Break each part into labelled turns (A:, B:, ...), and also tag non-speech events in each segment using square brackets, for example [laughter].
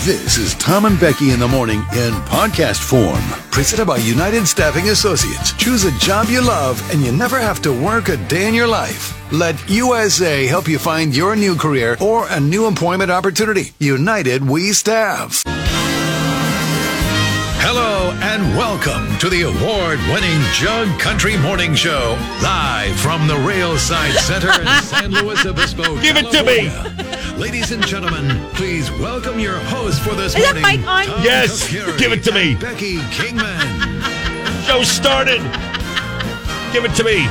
A: This is Tom and Becky in the morning in podcast form. Presented by United Staffing Associates. Choose a job you love and you never have to work a day in your life. Let USA help you find your new career or a new employment opportunity. United We Staff. Hello and welcome to the award winning Jug Country Morning Show, live from the Railside Center
B: [laughs]
A: in San Luis Obispo.
B: Give it to me.
A: California. Ladies and gentlemen, please welcome your host for this
C: Is that
A: morning.
C: mic on?
A: Tom
B: Yes,
A: Kafuri
B: give it to me.
A: and Becky Kingman.
B: show started. Give it to me.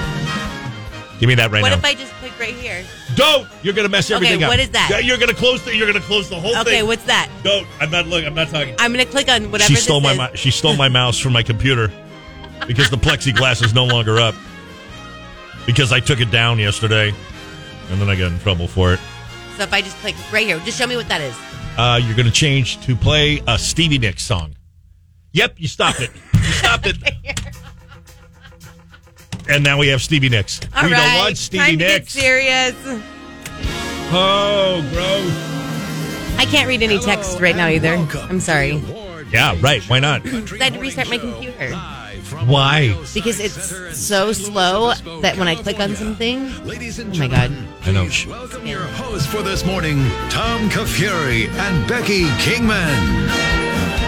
B: Give me that right
C: What
B: now.
C: if I just click right here?
B: Don't. You're gonna mess everything up.
C: what is that?
B: Yeah, You're gonna close. The, you're gonna close the whole
C: Okay,
B: thing.
C: what's that?
B: Don't. I'm not looking. I'm not talking.
C: I'm gonna click on whatever.
B: She stole my.
C: this
B: mi-
C: is.
B: She stole my mouse from my computer because the plexiglass is no longer up because I took it down yesterday and then I got in trouble for it.
C: So if I just click right here, just show me what that is.
B: Uh, you're gonna change to play a Stevie Nicks song. Yep, you stopped it. You stopped
C: [laughs]
B: it. And now we have Stevie Nicks.
C: All
B: we
C: right,
B: don't want Stevie
C: time
B: Nicks.
C: To get serious.
B: Oh, gross.
C: I can't read any text right now either. I'm sorry
B: Yeah, right. Why not?
C: I had to restart my computer.
B: Why?
C: because it's so slow that when I click on something,
A: Ladies and
C: Oh my God.
A: gentlemen,
B: I know.
A: please Welcome your host for this morning, Tom Kafuri and Becky Kingman.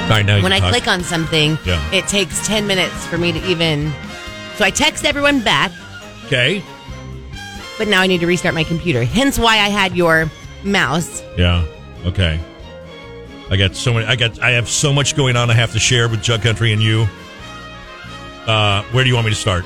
B: All right, now you
C: when I
B: can talk.
C: click on something,
B: Yeah.
C: it takes ten minutes for me to even. So I text everyone back,
B: Okay.
C: but now I need to restart my computer. Hence why I had your mouse.
B: Yeah. Okay. I got so many. I got. I have so much going on. I have to share with Jug Country and you. Uh, where do you want me to start?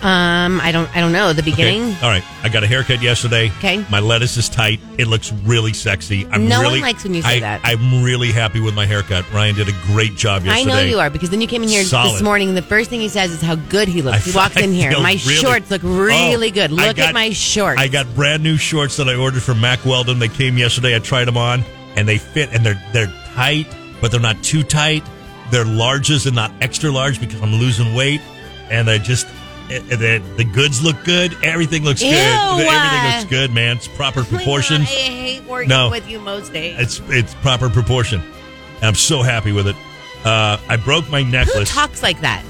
C: Um, I don't, I don't know the beginning.
B: Okay. All right. I got a haircut yesterday.
C: Okay.
B: My lettuce is tight. It looks really sexy. I'm
C: No one
B: really,
C: likes when you say
B: I-
C: that.
B: I'm really happy with my haircut. Ryan did a great job
C: I
B: yesterday.
C: know you are because then you came in here
B: Solid.
C: this morning. The first thing he says is how good he looks. he
B: I- [laughs]
C: walks
B: I
C: in here.
B: feel
C: My
B: really-
C: shorts look really
B: Oh,
C: good.
B: I
C: Look
B: got-
C: at my shorts.
B: I got brand new shorts that I ordered from Mac Weldon. They came yesterday. I tried them on, and they fit, and they're they're tight, but they're not too tight. They're larges and not extra large because I'm losing weight, and I just eh, eh, the the goods look good. Everything looks
C: Ew,
B: good.
C: uh,
B: Everything looks good, man. It's proper proportions.
C: I hate working
B: No.
C: with you most days.
B: It's it's proper proportion, and I'm so happy with it. Uh, I broke my
C: Who
B: necklace.
C: talks like that?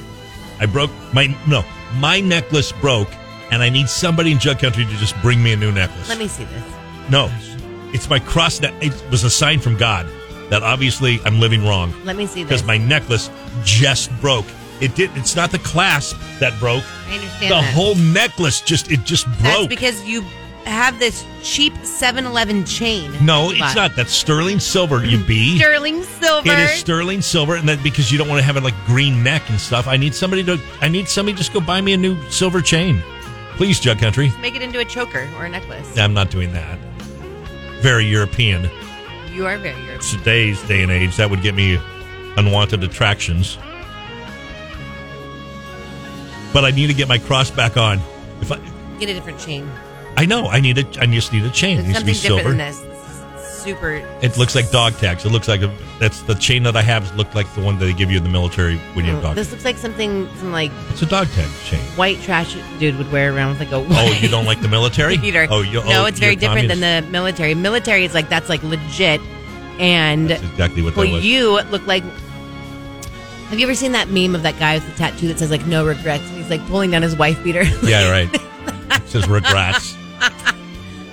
B: I broke my no, my necklace broke, and I need somebody in Jug Country to just bring me a new necklace.
C: Let me see this.
B: No, it's my cross. Ne- it was a sign from God that obviously I'm living wrong
C: Let me see this.
B: because my necklace just broke. It did. It's not the clasp that broke.
C: I understand
B: The
C: that.
B: whole necklace just it just broke.
C: That's because you have this cheap 7-Eleven chain.
B: no, it's
C: But-
B: not. That's sterling silver. You be.
C: Sterling silver.
B: It is sterling silver, and that because you don't want to have it like green neck and stuff. I need somebody to. I need somebody to just go buy me a new silver chain, please, Jug Country.
C: Make it into a choker or a necklace.
B: I'm not doing that. Very European.
C: You are very European.
B: Today's day and age, that would get me unwanted attractions. But I need to get my cross back on. If I,
C: Get a different chain.
B: I know I need a, I just need a chain. It
C: It's
B: needs to be
C: something different
B: silver.
C: than this. This is Super.
B: It looks like dog tags. It looks like a, that's the chain that I have. Looked like the one that they give you in the military when you have dog.
C: Oh, Mm. This looks like something some like
B: it's a dog tag
C: [laughs]
B: chain.
C: white trash dude would wear around with like a
B: Oh, you
C: [laughs]
B: don't like the military?
C: Peter.
B: Oh, you,
C: no,
B: oh,
C: it's very
B: you're
C: different
B: communist.
C: than the military. Military is like that's like legit, and
B: That's exactly what
C: well,
B: that was.
C: you look like. Have you ever seen that meme of that guy with the tattoo that says like no regrets? And he's like pulling down his wife beater. [laughs]
B: yeah, right. it says regrets.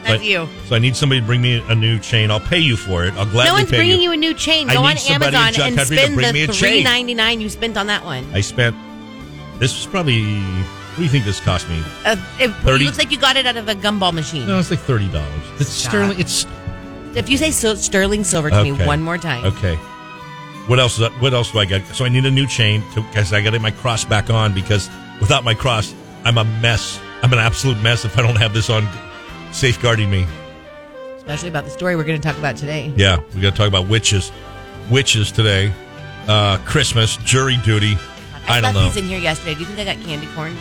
C: that's you.
B: So I need somebody to bring me a new chain. I'll pay you for it. I'll gladly
C: No one's
B: pay
C: bringing you. a new chain.
B: I
C: Go on
B: need somebody in
C: Amazon
B: Jug
C: and
B: Country to
C: spend
B: bring me a
C: the
B: chain.
C: three ninety nine you spent on that one.
B: I spent. This was probably. What do you think this cost me?
C: Uh, it,
B: 30
C: it looks like you got it out of a gumball machine.
B: No, it's like thirty dollars. It's
C: Stop.
B: sterling. It's
C: If you say so, sterling silver to me
B: Okay.
C: one more time,
B: okay. What else? Is, what else do I got? So I need a new chain because I got to get my cross back on because without my cross, I'm a mess. I'm an absolute mess if I don't have this on safeguarding me.
C: especially about the story we're going to talk about today.
B: Yeah, we got to talk about witches, witches today, uh, Christmas, jury duty. I, don't
C: left
B: know.
C: these in here yesterday. Do you think I got candy corn?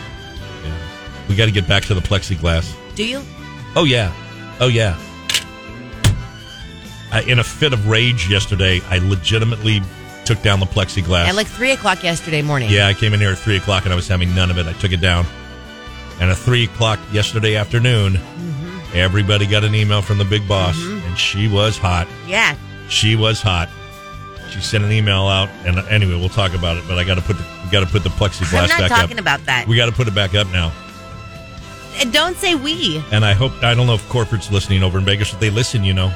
B: Yeah. We got to get back to the plexiglass.
C: Do you?
B: Oh yeah, oh yeah. I, in a fit of rage yesterday, I legitimately took down the plexiglass.
C: At like three o'clock yesterday morning.
B: yeah, I came in here at three o'clock and I was having none of it. I took it down, and at three o'clock yesterday
C: Mm-hmm.
B: afternoon, everybody got an email from the big boss, and she was hot.
C: Yeah.
B: She was hot. She sent an email out, and uh, anyway, we'll talk about it. But I got to put the, we got to put the plexiglass
C: I'm not
B: back
C: talking
B: up.
C: about that.
B: we got to put it back up now.
C: And Don't say we.
B: And I hope I don't know if corporate's listening over in Vegas. If they listen, you know,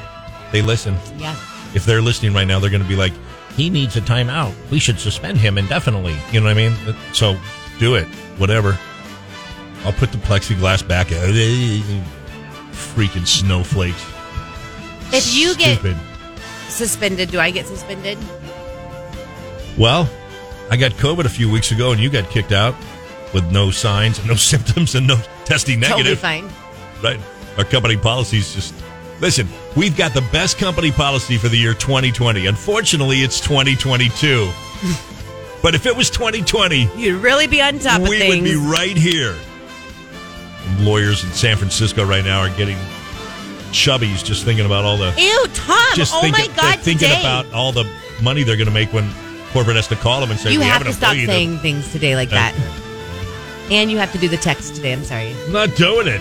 B: they listen.
C: Yeah.
B: If they're listening right now, they're going to be like, "He needs a timeout. We should suspend him indefinitely." You know what I mean? So do it, whatever. I'll put the plexiglass back. Freaking snowflakes.
C: If you get
B: Stupid.
C: suspended, do I get suspended?
B: Well, I got COVID a few weeks ago, and you got kicked out with no signs and no [laughs] symptoms and no testing
C: Totally
B: negative.
C: fine.
B: Right? Our company policies just listen. We've got the best company policy for the year 2020. Unfortunately, it's 2022. [laughs] but if it was 2020,
C: You'd really be on top of
B: we
C: things.
B: would be right here. And lawyers in San Francisco right now are getting chubbies just thinking about all the
C: Ew, Tom!
B: just
C: oh
B: thinking,
C: my God!
B: thinking
C: today.
B: about all the money they're going to make when corporate has to call them and say
C: you
B: we
C: have
B: an
C: to stop
B: employee that-
C: saying things today like that. And you have to do the text today. I'm sorry.
B: I'm not doing it.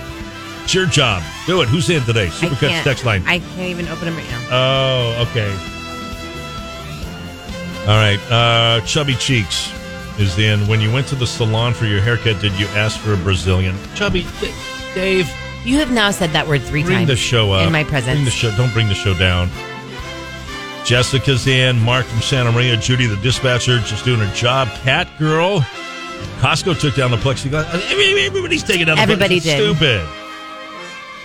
B: It's your job. Do it. Who's in today?
C: I
B: Supercuts
C: can't-
B: text line.
C: I can't even open them right now.
B: oh, okay. All right. Uh, Chubby Cheeks is in. When you went to the salon for your haircut, did you ask for a Brazilian? Chubby, D- Dave,
C: You have now said that word three
B: bring
C: times.
B: the show up.
C: in my
B: Bring the
C: presence.
B: show. Don't bring the show down. Jessica's in. Mark from Santa Maria. Judy, the dispatcher, just doing her job. Cat girl. Costco took down the plexiglass. I mean, Everybody's taking down the
C: Everybody
B: plexiglass.
C: did.
B: Stupid.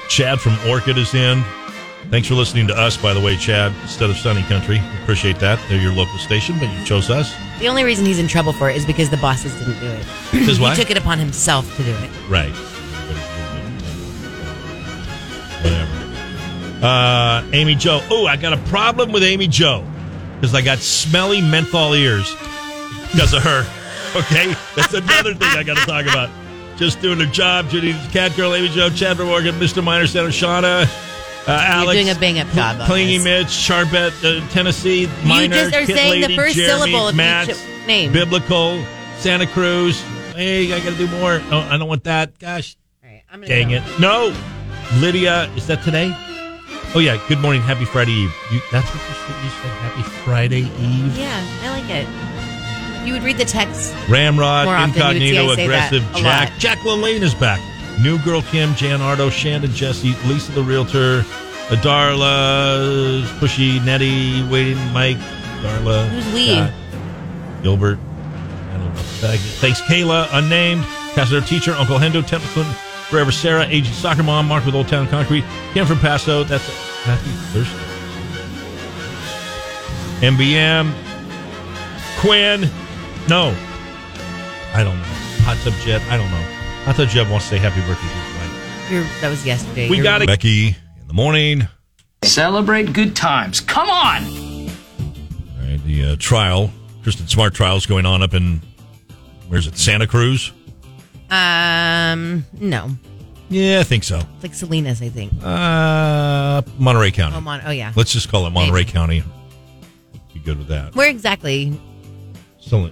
B: Chad from Orchid is in. Thanks for listening to us, by the way, Chad, instead of Sunny Country. Appreciate that. They're your local station, but you chose
C: [clears throat]
B: us.
C: the only reason he's in trouble for it is because the bosses didn't do it.
B: Because
C: He
B: why?
C: took it upon himself to do it.
B: Right. Whatever. Uh, Amy Joe. Oh, I got a problem with Amy Joe because I got smelly menthol ears because of her. [laughs] Okay, that's another thing I got to talk about. Just doing her job. Judy, the Cat Girl, Amy Joe, Chad from Morgan, Mr. Minor, Santa Shauna, uh, Alex.
C: doing a bang-up job on
B: Clingy
C: this.
B: Mitch, Sharpet, uh, Tennessee, Minor,
C: just are
B: Kit
C: saying the
B: Lady,
C: first
B: Jeremy,
C: syllable of
B: Max,
C: each name.
B: Biblical, Santa Cruz. Hey, I got to do more. Oh, I don't want that. Gosh,
C: All right, I'm gonna
B: Dang
C: go.
B: it. No. Lydia, is that today? Oh, yeah. Good morning. Happy Friday Eve. You, that's what you said. You said Happy Friday Eve.
C: Yeah, I like it. You would read the text.
B: Ramrod,
C: More often you would see
B: Incognito,
C: I say that
B: Aggressive,
C: a
B: Jack.
C: lot.
B: Jacqueline Lane is back. New Girl Kim, Jan Ardo, Shanda, Jesse, Lisa the Realtor, Darla, Pushy, Nettie, Waiting, Mike, Darla.
C: Who's we?
B: Scott, Gilbert. I don't know. Thanks, Kayla, Unnamed, Cassidy, our Teacher, Uncle Hendo, Templeton, Forever Sarah, Aging Soccer Mom, Mark with Old Town Concrete, Kim from Paso. That's Happy Thursday. MBM, Quinn. No. I don't know. Hot Tub Jet. I don't know. Hot Tub Jet wants to say happy birthday to you. Right?
C: You're, that was yesterday.
B: We
C: You're-
B: got it. Becky in the morning.
D: Celebrate good times. Come on!
B: All right, the uh, trial, Kristen Smart trial is going on up in, where's it, Santa Cruz?
C: Um, no,
B: Yeah, I think so.
C: it's like Salinas, I think.
B: Uh, Monterey County.
C: Oh, Mon- oh yeah.
B: Let's just call it Monterey
C: Maybe.
B: County. Be good with that.
C: Where exactly
B: Sal-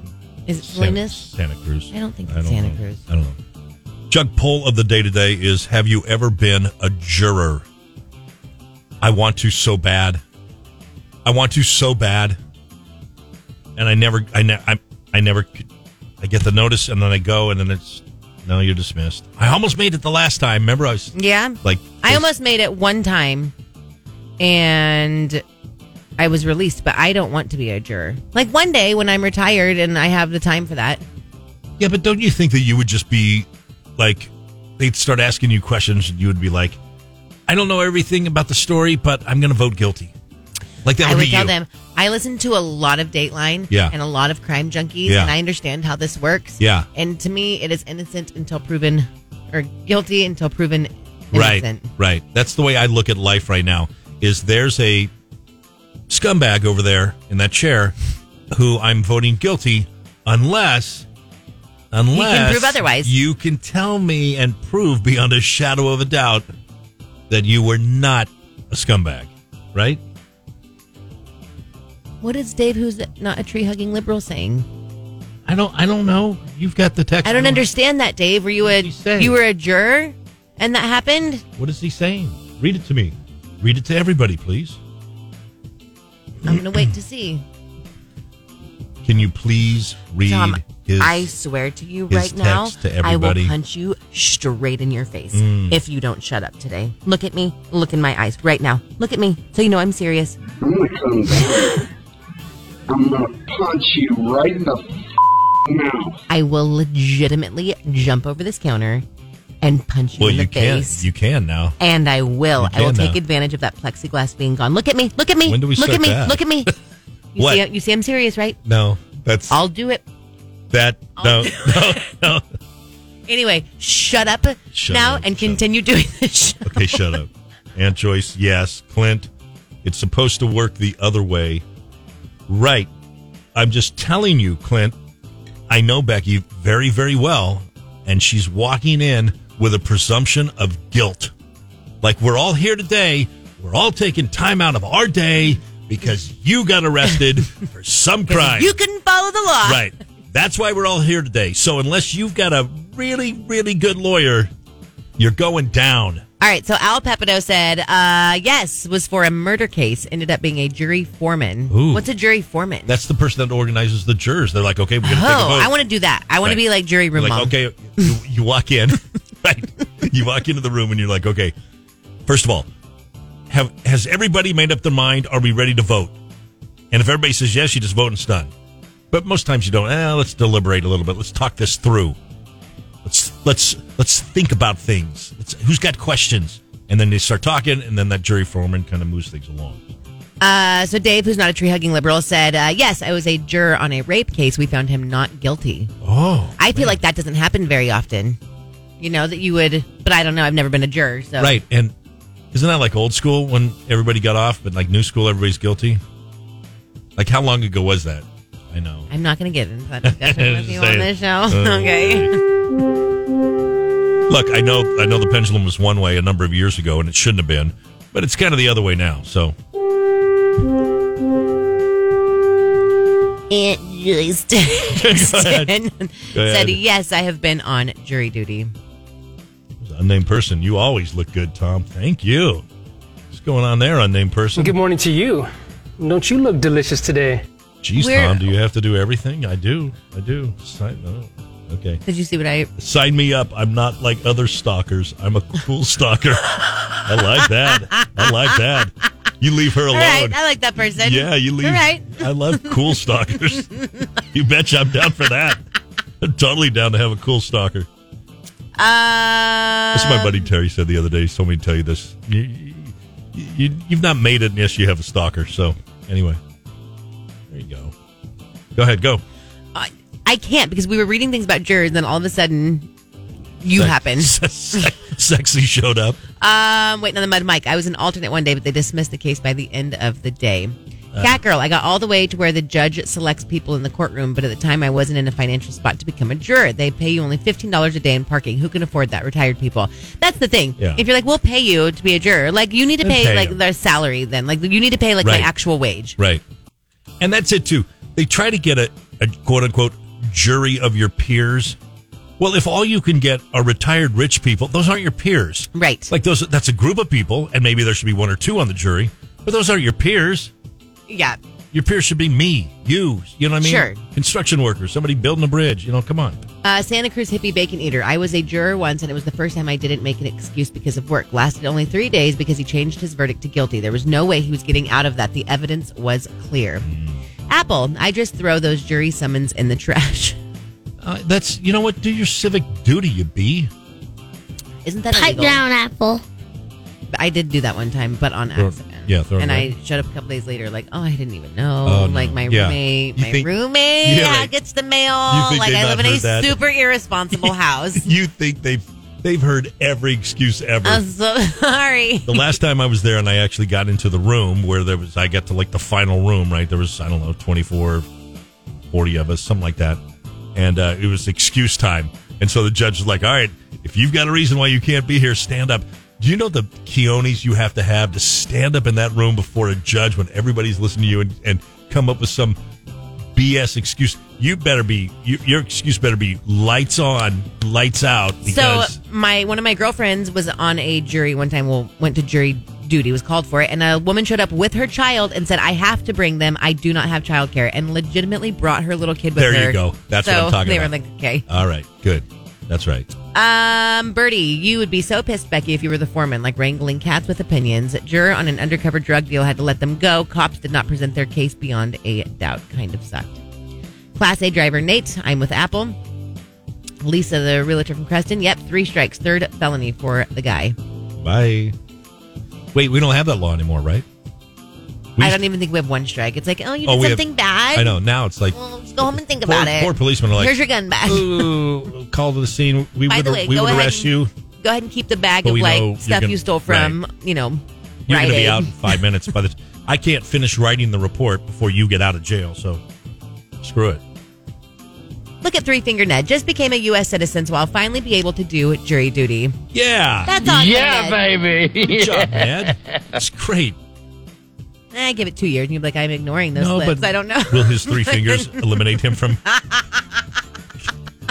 C: is
B: Santa-
C: it? Salinas.
B: Santa Cruz.
C: I don't think it's Santa
B: know.
C: Cruz.
B: I don't know. Jug poll of the day today is: Have you ever been a juror? I want to so bad. I want to so bad, and I never, I, ne- I, I never, could- I get the notice, and then I go, and then it's no, you're dismissed. I almost made it the last time. Remember, I was
C: Yeah.
B: like,
C: I almost made it one time and I was released, but I don't want to be a juror. Like one day when I'm retired and I have the time for that.
B: Yeah, but don't you think that you would just be like, they'd start asking you questions and you would be like, I don't know everything about the story, but I'm going to vote guilty. Like that
C: I
B: would,
C: would
B: be
C: tell
B: you.
C: them I listen to a lot of Dateline
B: Yeah.
C: and a lot of crime junkies
B: Yeah.
C: and I understand how this works.
B: Yeah.
C: And to me it is innocent until proven or guilty until proven
B: right,
C: innocent.
B: right. That's the way I look at life right now. Is there's a scumbag over there in that chair who I'm voting guilty unless. Unless
C: prove otherwise.
B: you can tell me and prove beyond a shadow of a doubt that you were not a scumbag, right?
C: What is Dave who's not a tree hugging liberal saying?
B: I don't. I don't know. You've got the text.
C: I don't understand that, Dave. Were you a
B: What did he say?
C: you were a juror and that happened?
B: What is he saying? Read it to me. Read it to everybody, please.
C: I'm gonna wait to see.
B: Can you please read
C: Tom,
B: his?
C: I swear to you
B: his
C: right now,
B: text to
C: I will
B: everybody. Mm.
C: punch you straight in your face if you don't shut up today. Look at me. Look in my eyes right now. Look at me. So you know I'm serious.
E: I'm gonna come back. I'm gonna punch you right in the f- mouth.
C: I will legitimately jump over this counter and punch you
B: well,
C: in the
B: you can.
C: face.
B: You can now.
C: and I will.
B: You
C: I will
B: can
C: take
B: now.
C: advantage of that plexiglass being gone. Look at me. Look at me.
B: When do we
C: look
B: start
C: at me.
B: that?
C: Look
B: [laughs]
C: at me. You
B: What?
C: See, you see, I'm serious, right?
B: No, that's
C: I'll do it. [laughs]
B: that. No, no, no.
C: Anyway, shut up
B: Shut
C: now
B: up,
C: and
B: shut up.
C: continue doing this [laughs] show.
B: Okay, shut up. Aunt Joyce, yes. Clint, it's supposed to work the other way. Right. I'm just telling you, Clint, I know Becky very, very well, and she's walking in with a presumption of guilt. Like, we're all here today. We're all taking time out of our day because you got arrested for some crime.
C: You couldn't follow the law.
B: Right. That's why we're all here today. So, unless you've got a really, really good lawyer, you're going down.
C: All right, so Al Pepito said, uh, yes, was for a murder case, ended up being a jury foreman.
B: Ooh.
C: What's a jury foreman?
B: That's the person that organizes the jurors. They're like, okay, we're going to take a
C: oh,
B: vote.
C: I want to do that. I want
B: Right.
C: to be like jury
B: You're
C: room
B: like,
C: mom.
B: okay, you, you walk in, [laughs] right? You walk into the room and you're like, okay, first of all, have has everybody made up their mind? Are we ready to vote? And if everybody says yes, you just vote and it's done. But most times you don't. Eh, let's deliberate a little bit. Let's talk this through. Let's let's let's think about things. Let's, who's got questions? And then they start talking, and then that jury foreman kind of moves things along.
C: Uh, so Dave, who's not a tree hugging liberal, said, uh, yes, I was a juror on a rape case. We found him not guilty.
B: Oh,
C: I feel like that doesn't happen very often. You know, that you would, but I don't know. I've never been a juror. So.
B: Right. And isn't that like old school when everybody got off, but like new school, everybody's guilty? Like, how long ago was that? I know.
C: I'm not going to get into
B: [laughs]
C: that discussion with
B: Just
C: you on
B: saying.
C: this show.
B: Oh,
C: [laughs] okay.
B: Look, I know, I know the pendulum was one way a number of years ago, and it shouldn't have been, but it's kind of the other way now. So,
C: Aunt Joyce
B: Oh. [laughs] ahead.
C: Dixon said,
B: ahead.
C: yes, I have been on jury duty.
B: unnamed person, you always look good, Tom. Thank you. What's going on there, unnamed person?
F: Good morning to you. Don't you look delicious today?
B: Jeez,
C: We're-
B: Tom, do you have to do everything? I do. I do. Sign, oh, okay.
C: Did you see what I
B: Sign me up. I'm not like other stalkers. I'm a cool [laughs] stalker. I like that. I like that. You leave her alone.
C: All right, I like that person.
B: Yeah, you leave.
C: All right.
B: I love cool
C: [laughs]
B: stalkers. you betcha I'm down for that. I'm totally down to have a cool stalker.
C: Uh,
B: That's
C: Um,
B: what my buddy Terry said the other day. He told me to tell you this. You, you, you've not made it unless you have a stalker. So, anyway, there you go. Go ahead, go.
C: I, I can't because we were reading things about jurors, and then all of a sudden, you happen.
B: [laughs] Sexy showed up.
C: Um, waiting on the mud mic. I was an alternate one day, but they dismissed the case by the end of the day. Cat girl, I got all the way to where the judge selects people in the courtroom, but at the time I wasn't in a financial spot to become a juror. They pay you only fifteen dollars a day in parking. Who can afford that? Retired people. That's the thing.
B: Yeah.
C: If you're like, we'll pay you to be a juror, like you need to
B: Then
C: pay,
B: pay
C: like
B: them.
C: their salary. Then like you need to pay like
B: Right.
C: my actual wage.
B: Right. And that's it too. They try to get a, a quote unquote jury of your peers. Well, if all you can get are retired rich people, those aren't your peers.
C: Right.
B: Like those that's a group of people, and maybe there should be one or two on the jury, but those aren't your peers.
C: yeah.
B: Your peers should be me, you, you know what I mean?
C: Sure.
B: Construction workers, somebody building a bridge, you know, come on.
C: Uh, Santa Cruz Hippie Bacon Eater. I was a juror once, and it was the first time I didn't make an excuse because of work. Lasted only three days because he changed his verdict to guilty. There was no way he was getting out of that. The evidence was clear. Apple, I just throw those jury summons in the trash. [laughs]
B: Uh, that's you know what? Do your civic duty, you be.
C: Isn't that
G: Pipe
C: illegal?
G: down, Apple.
C: I did do that one time, but on
B: Throw-
C: accident.
B: yeah, throw it
C: and
B: away.
C: I showed up a couple days later, like, oh, I didn't even know.
B: Oh, no.
C: Like my
B: Yeah.
C: roommate,
B: You
C: my
B: think-
C: roommate
B: Yeah,
C: yeah,
B: they-
C: gets the mail.
B: You think
C: Like
B: they
C: I
B: not
C: live in a
B: heard that?
C: super
B: [laughs]
C: irresponsible house.
B: [laughs] You think they've they've heard every excuse ever.
C: I'm so [laughs] sorry.
B: the last time I was there and I actually got into the room where there was, I got to like the final room, right? There was, I don't know, 24, 40 of us, something like that. And uh, it was excuse time. And so the judge was like, all right, if you've got a reason why you can't be here, stand up. Do you know the Keonis you have to have to stand up in that room before a judge when everybody's listening to you and, and come up with some BS excuse? You better be, you, your excuse better be lights on, lights out.
C: So
B: Because
C: my one of my girlfriends was on a jury one time. Well, went to jury duty, was called for it, and a woman showed up with her child and said, "I have to bring them. I do not have childcare," and legitimately brought her little kid with
B: There
C: her.
B: you go. That's what
C: So
B: I'm talking
C: they
B: about.
C: were like, "Okay."
B: All right, good. That's right.
C: Um, Bertie, you would be so pissed, Becky, if you were the foreman, like wrangling cats with opinions. Juror on an undercover drug deal had to let them go. Cops did not present their case beyond a doubt. Kind of sucked. Class A driver Nate, I'm with Apple. Lisa, the realtor from Creston. Yep, three strikes, third felony for the guy.
B: Bye. Wait, we don't have that law anymore, right? We
C: I
B: used-
C: don't even think we have one strike. It's like, oh, you did
B: Oh, we have-
C: something bad.
B: I know. Now it's like
C: Well, let's go home and think
B: poor,
C: about it.
B: poor policemen are like,
C: Here's your gun back.
B: Ooh, call to the scene. We
C: By
B: would
C: the way,
B: we
C: go
B: would
C: ahead
B: arrest
C: and-
B: you.
C: Go ahead and keep the bag
B: But
C: of
B: we know
C: like
B: you're
C: stuff
B: gonna-
C: you stole from, you know,
B: You're going
C: Rite
B: to be
C: Aid.
B: out in five minutes. By the t- I can't finish writing the report before you get out of jail. So screw it.
C: Look at Three Finger Ned. Just became a U.S. citizen, so I'll finally be able to do jury duty.
B: Yeah,
C: That's on
D: yeah,
C: Ned.
D: baby.
B: good
C: [laughs]
B: job, Ned. That's great.
C: Eh, give it two years, and you'll be like, I'm ignoring those lips. I don't know.
B: Will his three fingers eliminate him from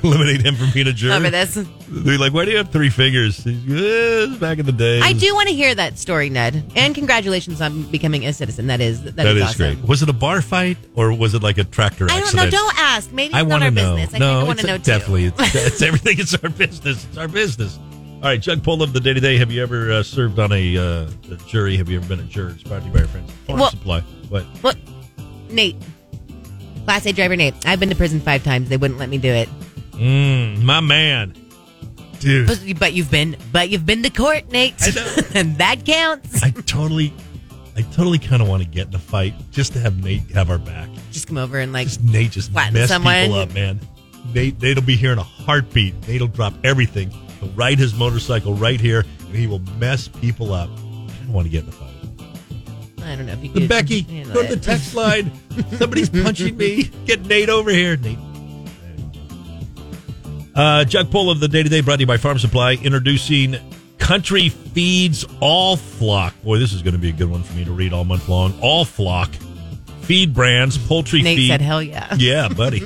B: eliminate him from being a jury?
C: [laughs] Over this.
B: They're like, why do you have three fingers? He's, "Eh, it's back in the day,
C: I do want to hear that story, Ned. And congratulations on becoming a citizen. That is that,
B: That is
C: awesome.
B: great. Was it a bar fight or was it like a tractor
C: I don't
B: accident?
C: know. Don't ask. Maybe it's
B: I
C: not
B: want
C: our
B: to know.
C: business. I
B: no,
C: kind of want
B: it's
C: to know
B: definitely.
C: too. [laughs]
B: It's, it's everything. It's our business. It's our business. All right, Jug Pull of the day to day. Have you ever uh, served on a, uh, a jury? Have you ever been a juror? It's brought to you by our friends. Farm
C: Well-
B: Supply. What?
C: What? Nate, class A driver Nate. I've been to prison five times. They wouldn't let me do it.
B: Mm, my man, dude.
C: But, but you've been, but you've been to court, Nate,
B: I know.
C: [laughs] and that counts.
B: I totally, I totally kind of want to get in a fight just to have Nate have our back.
C: Just come over and like
B: Just Nate just
C: Flatten
B: mess
C: someone.
B: people up, man. Nate, Nate'll be here in a heartbeat. Nate'll drop everything. He'll ride his motorcycle right here, and he will mess people up. I don't want to get in a fight.
C: I don't know if you
B: The
C: could.
B: Becky,
C: handle
B: go to the
C: it.
B: text
C: [laughs]
B: line. Somebody's punching me. Get Nate over here, Nate. Uh, Jug poll of the day to day brought to you by Farm Supply, introducing Country Feeds All Flock. Boy, this is going to be a good one for me to read all month long. All Flock feed brands, poultry
C: Nate
B: feed.
C: said, "Hell yeah."
B: yeah, buddy.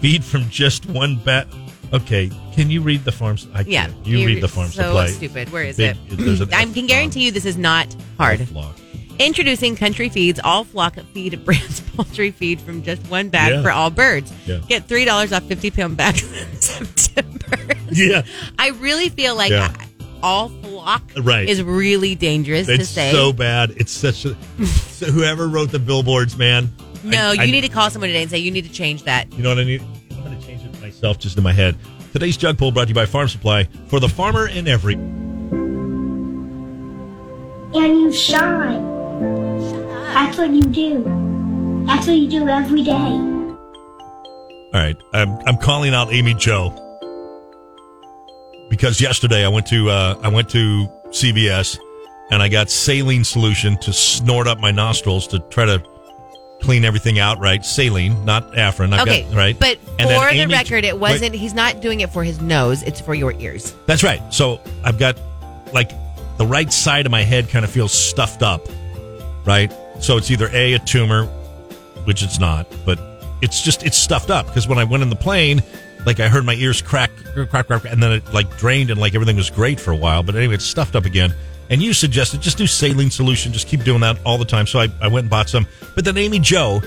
B: feed from just one bat. Okay, can you read the farm? I
C: [laughs] Yeah,
B: can't. you
C: you're
B: read the farm
C: so
B: supply.
C: stupid. Where is
B: Big- there's an
C: it? [laughs] [clears throat] I can guarantee you this is not hard.
B: All Flock.
C: Introducing Country Feeds All Flock Feed [laughs] Brands Poultry Feed from just one bag
B: Yeah.
C: for all birds.
B: Yeah.
C: Get three dollars off fifty pound bags [laughs] in September. [laughs]
B: Yeah.
C: I really feel like
B: Yeah.
C: I- all flock
B: Right.
C: is really dangerous to
B: It's
C: say.
B: so bad. It's such a. so whoever wrote the billboards, man.
C: no,
B: I-
C: you
B: I-
C: need to call someone today and say you need to change that.
B: You know what I need? I'm going to change it myself just in my head. Today's jug poll brought to you by Farm Supply for the farmer and every.
G: and you shine. That's what you do. That's what you do every day.
B: All right, I'm I'm calling out Amy Joe because yesterday I went to uh, I went to CVS and I got saline solution to snort up my nostrils to try to clean everything out. Right, saline, not Afrin. I've
C: okay,
B: got, right.
C: But
B: And then
C: for the
B: Amy-
C: record, it
B: Wait.
C: wasn't. he's not doing it for his nose. It's for your ears.
B: That's right. So I've got like the right side of my head kind of feels stuffed up, right? So it's either A, a tumor, which it's not, but it's just, it's stuffed up because when I went in the plane, like I heard my ears crack, crack, crack, crack, and then it like drained and like everything was great for a while. But anyway, it's stuffed up again. And you suggested just do saline solution, just keep doing that all the time. So I, I went and bought some. But then Amy Joe,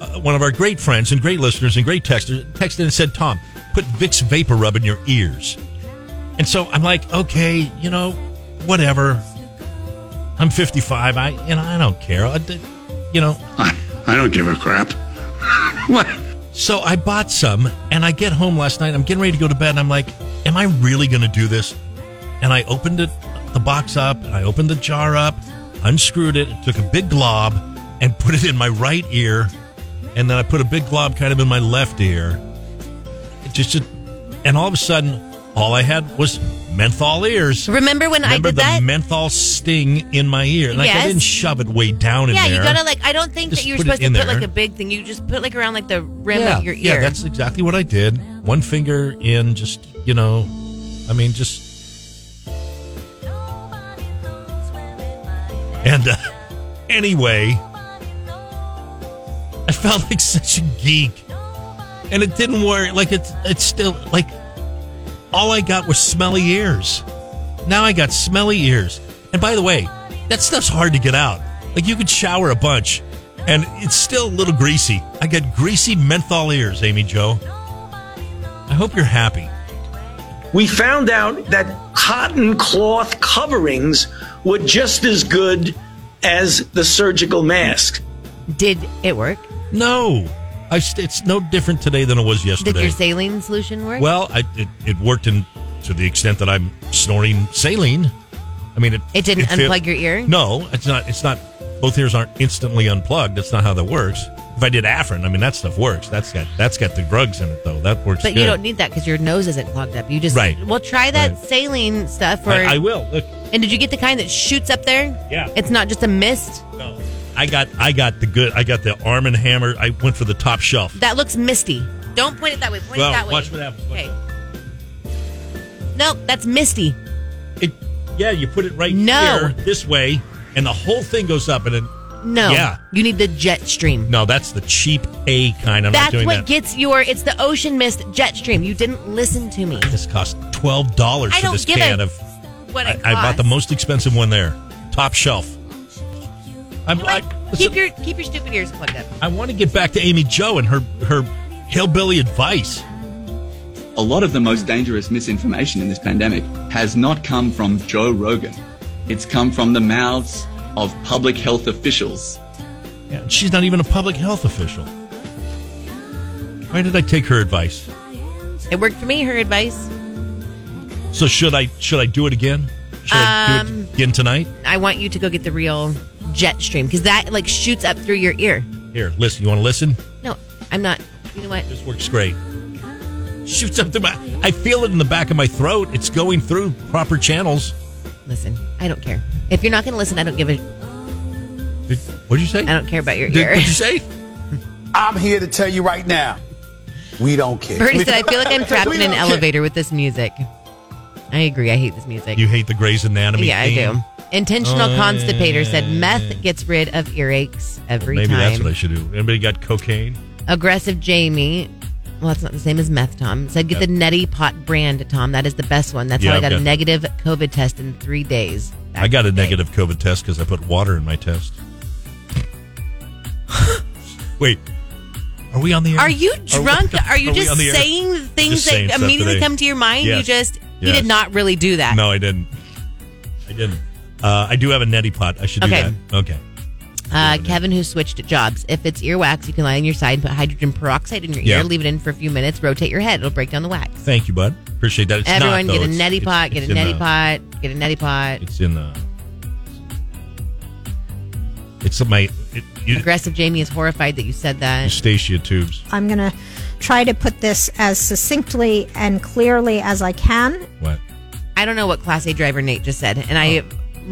B: uh, one of our great friends and great listeners and great texters, texted and said, Tom, put Vicks Vapor Rub in your ears. And so I'm like, okay, you know, whatever. I'm 55. I you know I don't care. I did- you know.
H: I, I don't give a crap. [laughs] what?
B: So I bought some, and I get home last night. I'm getting ready to go to bed, and I'm like, am I really going to do this? And I opened it, the box up, and I opened the jar up, unscrewed it, took a big glob, and put it in my right ear, and then I put a big glob kind of in my left ear. It just, just and all of a sudden, all I had was menthol ears.
C: Remember when
B: Remember
C: I did
B: the
C: that?
B: menthol sting in my ear? Like I
C: Yes.
B: didn't shove it way down in
C: yeah,
B: there.
C: you gotta like. I don't think
B: Just
C: that you're
B: put it
C: supposed to
B: in
C: put
B: there.
C: like a big thing. You just put like around like the rim
B: yeah,
C: of your ear.
B: yeah, that's exactly what I did. One finger in, just you know, I mean, just. And uh, anyway, I felt like such a geek, and it didn't work. Like it's it's still like all I got was smelly ears. Now I got smelly ears. And by the way, That stuff's hard to get out. Like you could shower a bunch, and it's still a little greasy. I got greasy menthol ears, Amy Joe. I hope you're happy.
I: We found out that cotton cloth coverings were just as good as the surgical mask.
C: Did it work?
B: No, I, st- it's no different today than it was yesterday.
C: Did your saline solution work?
B: Well, I, it, it worked in to the extent that I'm snorting saline. I mean, it,
C: It didn't
B: fit-
C: unplug your ear?
B: No, it's not. It's not. Both ears aren't instantly unplugged. That's not how that works. If I did Afrin, I mean that stuff works. That's got that's got the drugs in it though. That works.
C: but
B: good.
C: you don't need that because your nose isn't clogged up. You just
B: Right.
C: Well, try that
B: Right.
C: saline stuff. Or
B: I, I will. Look,
C: and did you get the kind that shoots up there?
B: Yeah.
C: It's not just a mist.
B: no, I got I got the good. I got the Arm and Hammer. I went for the top shelf.
C: That looks misty. Don't point it that way. Point
B: Well,
C: it that way.
B: watch what happens. Watch
C: Okay. Nope, that's misty.
B: It, yeah, you put it right
C: No.
B: here this way, and the whole thing goes up. And it,
C: No.
B: Yeah.
C: You need the jet stream.
B: no, that's the cheap A kind. I'm not
C: That's
B: doing
C: what
B: that.
C: gets your. It's the ocean mist jet stream. You didn't listen to me.
B: this cost twelve dollars
C: I
B: for
C: don't
B: this
C: give
B: can
C: a
B: of.
C: What
B: I,
C: it
B: I bought the
C: costs.
B: most expensive one there, top shelf. I'm, I,
C: Keep
B: listen,
C: your keep your stupid ears plugged up.
B: I want to get back to Amy Joe and her her hillbilly advice.
J: A lot of the most dangerous misinformation in this pandemic has not come from Joe Rogan. It's come from the mouths of public health officials.
B: Yeah, she's not even a public health official. Why did I take her advice?
C: It worked for me. Her advice.
B: So should I should I do it again? Should I do
C: Um,
B: it again tonight?
C: I want you to go get the real jet stream because that like shoots up through your ear.
B: Here, listen. You want to listen?
C: No, I'm not. You know what?
B: This works great. Shoots up through my. I feel it in the back of my throat. It's going through proper channels.
C: Listen, I don't care. If you're not going to listen, I don't give a.
B: Did, what did you say?
C: I don't care about your
B: Did, [laughs]
C: ear.
B: did you say?
K: I'm here to tell you right now, we don't care.
C: Bertie said, "I feel like I'm trapped
K: We
C: in
B: [laughs]
C: an
K: don't care.
C: elevator with this music." I agree. I hate this music.
B: You hate the Grey's Anatomy?
C: [laughs] yeah, I
B: theme?
C: do. Intentional
B: Oh,
C: constipator said
B: yeah.
C: meth gets rid of earaches every
B: Maybe
C: time.
B: that's what I should do. Anybody got cocaine?
C: Aggressive Jamie. Well, that's not the same as meth, Tom. Said, get the nutty pot brand, Tom. That is the best one. That's
B: Yeah,
C: how I
B: I've
C: got
B: got-
C: a negative COVID test in three days.
B: I got a negative COVID test because I put water in my
C: [laughs]
B: test. Wait, [laughs] are we on the air?
C: Are you
B: we-
C: drunk? Are, you
B: we
C: just
B: on the air?
C: saying the things
B: Just saying
C: that
B: stuff
C: immediately
B: today.
C: come to your mind?
B: Yes.
C: You just, you
B: Yes.
C: did not really do that.
B: No, I didn't. I didn't. Uh, I do have a neti pot. I should do
C: Okay.
B: that. Okay.
C: Uh, Kevin, who switched jobs. If it's earwax, you can lie on your side, put hydrogen peroxide in your
B: Yeah.
C: ear, leave it in for a few minutes, rotate your head. It'll break down the wax.
B: Thank you, bud. Appreciate that. It's not,
C: Everyone,
B: though.
C: get a
B: It's-
C: neti
B: it's-
C: pot, get
B: it's
C: a
B: in
C: neti
B: the-
C: pot, get a neti pot.
B: It's in the. It's in my it, you,
C: Aggressive Jamie is horrified that you said that.
B: Eustacia tubes.
L: I'm going to try to put this as succinctly and clearly as I can.
B: What?
C: I don't know what Class A driver Nate just said, and I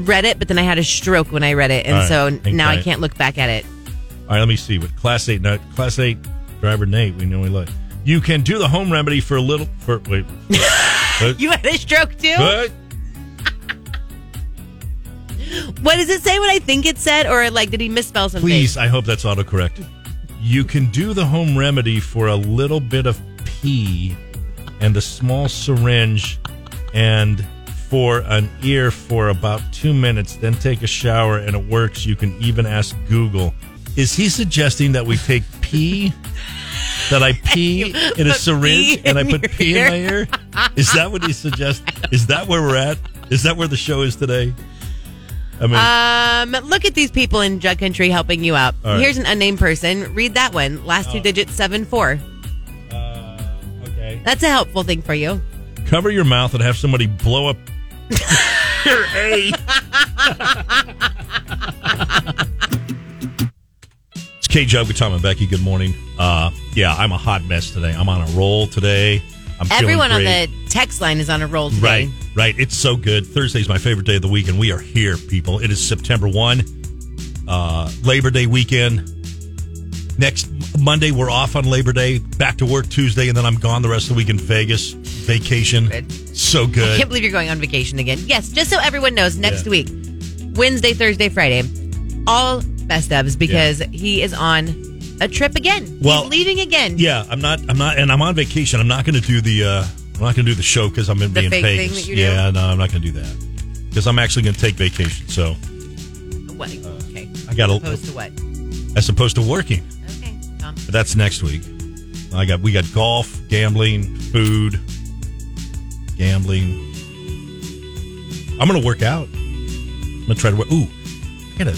C: read it, but then I had a stroke when I read it, and
B: Oh. All right.
C: so
B: Thank
C: now I
B: God.
C: can't look back at it. [laughs]
B: All right, let me see what class eight. No, class eight driver Nate. We know we like. You can do the home remedy for a little. For wait. What?
C: You had a stroke too.
B: What?
C: What does it say? What I think it said, or like did he misspell something?
B: Please, I hope that's autocorrect. You can do the home remedy for a little bit of pee and a small syringe and for an ear for about two minutes, then take a shower and it works. You can even ask Google. Is he suggesting that we take pee? That I
C: [laughs]
B: pee in a
C: Put
B: syringe
C: pee
B: and I
C: in
B: put
C: your
B: pee in
C: ear?
B: my ear? Is that what he suggests? Is that where we're at? Is that where the show is today? I mean,
C: Um, look at these people in Jug Country helping you out.
B: All right. Oh.
C: Here's an unnamed person. Read that one. Last two digits seven four.
B: uh, okay.
C: That's a helpful thing for you.
B: cover your mouth and have somebody blow up your A. it's K Jug with Tom and Becky. Good morning. Uh, yeah, I'm a hot mess today. I'm on a roll today. I'm feeling
C: Everyone on
B: great.
C: the text line is on a roll today.
B: right, right. It's so good. Thursday's my favorite day of the week, and we are here, people. It is September one, uh, Labor Day weekend. Next Monday we're off on Labor Day. Back to work Tuesday, and then I'm gone the rest of the week in Vegas vacation.
C: Good.
B: So
C: I
B: good.
C: can't believe you're going on vacation again. Yes, just so everyone knows, next
B: Yeah.
C: week, Wednesday, Thursday, Friday, all best ofs because he is on a trip again.
B: Well,
C: He's leaving again.
B: Yeah, I'm not. I'm not, and I'm on vacation. I'm not going to do the. Uh, I'm not going to do the show because I'm going to
C: The
B: be in
C: fake thing
B: Vegas.
C: that you do?
B: yeah, no, I'm not going to do that because I'm actually going to take vacation. So
C: what? Okay.
B: I got a-
C: opposed to what?
B: as opposed to working.
C: Okay, Tom.
B: But that's next week. I got we got golf, gambling, food, gambling. I'm gonna work out. I'm gonna try to work. Ooh, I gotta.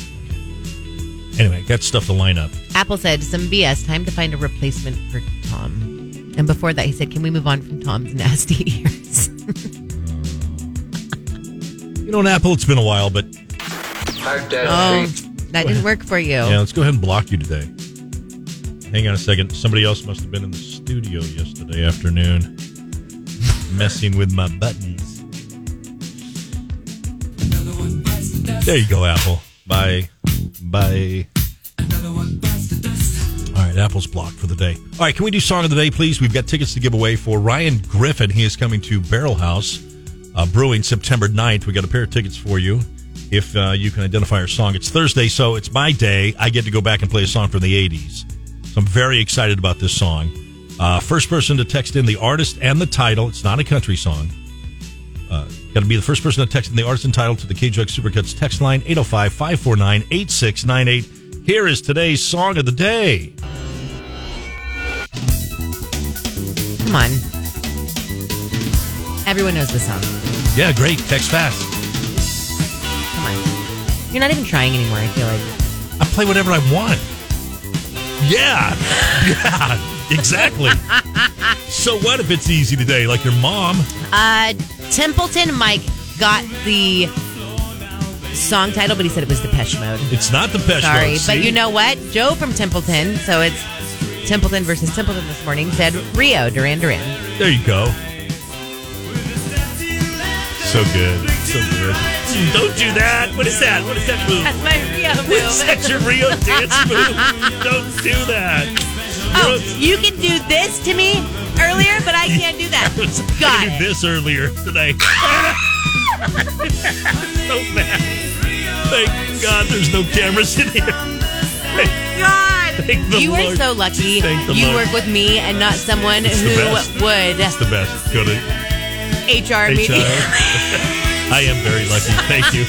B: Anyway, got stuff to line up.
C: Apple said some BS. Time to find a replacement for Tom. And before that, he said, "Can we move on from Tom's nasty [laughs] ears?"
B: You know, an Apple. It's been a while, but
C: oh, that didn't work for you.
B: yeah, let's go ahead and block you today. Hang on a second. Somebody else must have been in the studio yesterday afternoon, [laughs] messing with my buttons. There you go, Apple. Bye. Bye. All right, Apple's blocked for the day. All right, can we do Song of the Day, please? We've got tickets to give away for Ryan Griffin. He is coming to Barrel House uh, Brewing September 9th. we got a pair of tickets for you if uh, you can identify our song. It's Thursday, so it's my day. I get to go back and play a song from the 80s. So I'm very excited about this song. Uh, first person to text in the artist and the title. It's not a country song. Uh, Got to be the first person to text in the artist and title to the KJUX Supercuts text line 805 549 8698. Here is today's song of the day.
C: Come on. Everyone knows this song.
B: Yeah, great. Text fast.
C: Come on. You're not even trying anymore, I feel like.
B: I play whatever I want. Yeah. [laughs] Yeah. Exactly. so what if it's easy today, like your mom?
C: Uh, Templeton Mike got the song title, but he said it was Depeche Mode.
B: It's not the best.
C: Sorry, but you know what? Joe from Templeton, so it's Templeton versus Templeton this morning, said Rio, Duran Duran.
B: There you go. So good. So good. Don't do that. What is that? What is that move?
C: That's my [laughs] Rio
B: move. That's your Rio dance move. Don't do that.
C: Oh, you can do this to me earlier, but I can't
B: [laughs]
C: do that.
B: I
C: Got
B: did
C: it.
B: this earlier today. [laughs] so bad. Thank God there's no cameras in here.
C: God.
B: Thank the
C: you are
B: Lord.
C: so lucky.
B: Thank the
C: you
B: Lord.
C: work with me and not someone
B: It's the best.
C: who would
B: It's the best. Go to
C: HR,
B: HR.
C: [laughs] meeting.
B: I am very lucky. Thank you.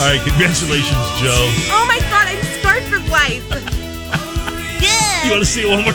B: All right, congratulations, Joe. [laughs]
C: Oh my God, I'm scarred for life.
B: You want to see it one more time?